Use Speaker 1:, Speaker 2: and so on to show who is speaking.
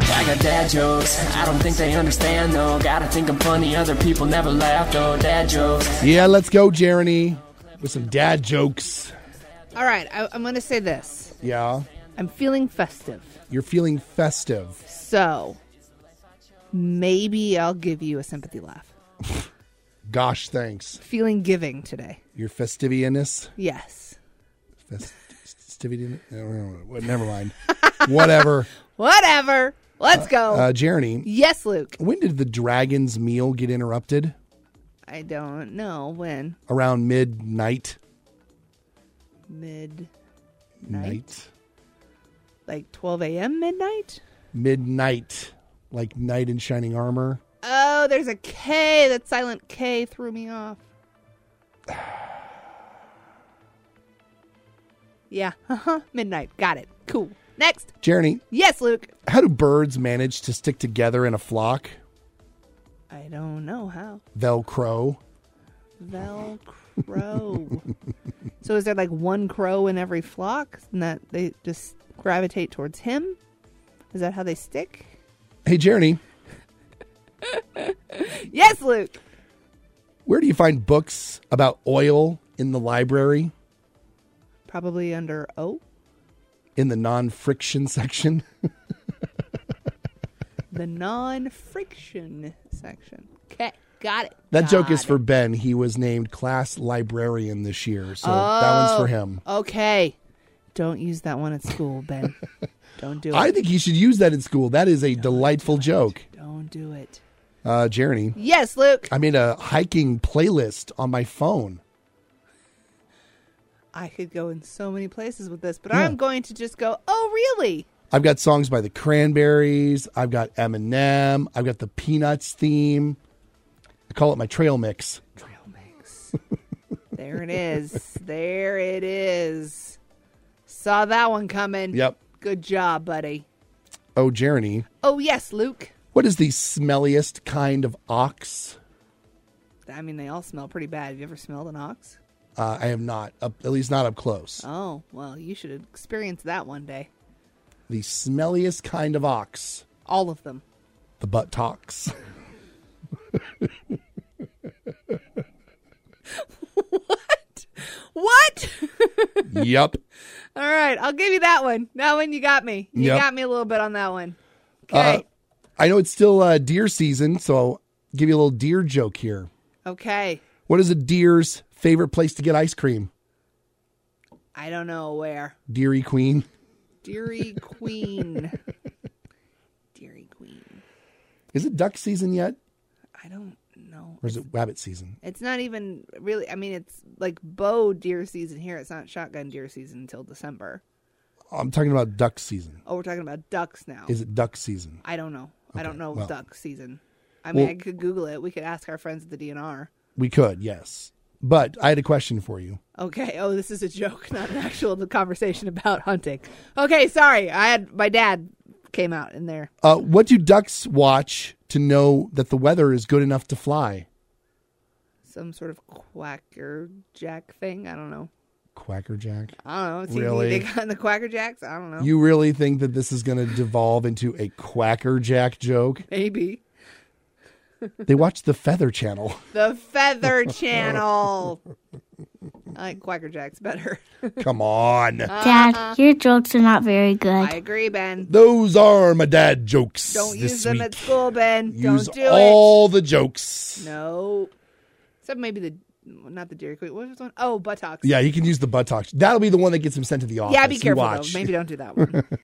Speaker 1: making up dad jokes. I don't think they understand though. Gotta think I'm funny. Other people never laugh though. Dad jokes.
Speaker 2: Yeah, let's go, Jeremy, with some dad jokes.
Speaker 3: All right, I, I'm going to say this.
Speaker 2: Yeah,
Speaker 3: I'm feeling festive,
Speaker 2: you're feeling festive.
Speaker 3: so maybe I'll give you a sympathy laugh.
Speaker 2: Gosh, thanks.
Speaker 3: Feeling giving today.
Speaker 2: Your festiviness,
Speaker 3: Yes.
Speaker 2: Fest- festivity. I don't know. What- Never mind. Whatever.
Speaker 3: Whatever. Let's go.
Speaker 2: Uh, Jeremy,
Speaker 3: yes, Luke.
Speaker 2: when did the dragon's meal get interrupted?
Speaker 3: I don't know when.
Speaker 2: Around midnight.
Speaker 3: Mid,
Speaker 2: Night.
Speaker 3: like 12 a.m. midnight?
Speaker 2: Midnight. Like knight in shining armor.
Speaker 3: Oh, there's a K. That silent K threw me off. Yeah. Uh-huh. Midnight. Got it. Cool. Next.
Speaker 2: Jeremy,
Speaker 3: Yes, Luke.
Speaker 2: how do birds manage to stick together in a flock?
Speaker 3: I don't know how.
Speaker 2: They'll crow.
Speaker 3: Velcro. so is there like one crow in every flock? And that they just gravitate towards him? Is that how they stick?
Speaker 2: Hey, Jeremy,
Speaker 3: Yes, Luke.
Speaker 2: where do you find books about oil in the library?
Speaker 3: Probably under O.
Speaker 2: In the non friction section?
Speaker 3: The non friction section. Okay. Got it.
Speaker 2: That
Speaker 3: Got
Speaker 2: joke is
Speaker 3: it.
Speaker 2: for Ben. He was named class librarian this year, so that
Speaker 3: Oh.
Speaker 2: one's for him.
Speaker 3: Okay. Don't use that one at school, Ben. Don't do it.
Speaker 2: I think he should use that in school. That is a delightful joke.
Speaker 3: Don't do it.
Speaker 2: Uh, Jeremy,
Speaker 3: Yes, Luke.
Speaker 2: I made a hiking playlist on my phone.
Speaker 3: I could go in so many places with this, but I'm going to just go, oh, really?
Speaker 2: I've got songs by the Cranberries. I've got Eminem. I've got the Peanuts theme. I call it my trail mix.
Speaker 3: Trail mix. there it is. There it is. Saw that one coming.
Speaker 2: Yep.
Speaker 3: Good job, buddy.
Speaker 2: Oh, Jeremy,
Speaker 3: Oh, yes, Luke.
Speaker 2: what is the smelliest kind of ox?
Speaker 3: I mean, they all smell pretty bad. Have you ever smelled an ox?
Speaker 2: Uh, I have not, up, at least not up close.
Speaker 3: Oh, well, you should experience that one day.
Speaker 2: The smelliest kind of ox,
Speaker 3: All of them.
Speaker 2: the butt talks.
Speaker 3: What?
Speaker 2: yep.
Speaker 3: All right, I'll give you that one. That one you got me. You
Speaker 2: Yep. Uh,
Speaker 3: got me a little bit on that one. Okay.
Speaker 2: I know it's still uh, deer season, so I'll give you a little deer joke here.
Speaker 3: okay.
Speaker 2: What is a deer's favorite place to get ice cream?
Speaker 3: I don't know where.
Speaker 2: Deary Queen.
Speaker 3: Deary Queen. Deary Queen.
Speaker 2: Is it duck season yet,
Speaker 3: I don't know.
Speaker 2: or is it rabbit season?
Speaker 3: It's not even really I mean it's like bow deer season here. It's not shotgun deer season until December.
Speaker 2: I'm talking about duck season.
Speaker 3: Oh, we're talking about ducks now.
Speaker 2: Is it duck season?
Speaker 3: I don't know. I don't know
Speaker 2: well.
Speaker 3: duck season. I mean,
Speaker 2: Well-
Speaker 3: I could Google it. We could ask our friends at the DNR.
Speaker 2: We could, yes. But I had a question for you.
Speaker 3: Okay. Oh, this is a joke, not an actual conversation about hunting. Okay, sorry. I had my dad came out in there.
Speaker 2: Uh, what do ducks watch to know that the weather is good enough to fly?
Speaker 3: Some sort of quacker jack thing. I don't know.
Speaker 2: Quackerjack.
Speaker 3: I don't know. It's easy.
Speaker 2: Really?
Speaker 3: They got the quacker jacks. I don't know.
Speaker 2: You really think that this is going to devolve into a quackerjack joke?
Speaker 3: Maybe
Speaker 2: They watch the Feather Channel.
Speaker 3: the Feather Channel. I like quacker jacks better.
Speaker 2: Come on.
Speaker 4: Dad, your jokes are not very good.
Speaker 3: I agree, Ben.
Speaker 2: Those are my dad jokes.
Speaker 3: Don't
Speaker 2: this
Speaker 3: use them
Speaker 2: week.
Speaker 3: at school, Ben.
Speaker 2: Use
Speaker 3: don't do
Speaker 2: all the jokes.
Speaker 3: it. No. Except maybe the not the Dairy Queen. What was this one? Oh, buttocks.
Speaker 2: Yeah, you can use the butt talk. That'll be the one that gets him sent to the office.
Speaker 3: Yeah, be
Speaker 2: You
Speaker 3: careful
Speaker 2: watch.
Speaker 3: though. Maybe don't do that one.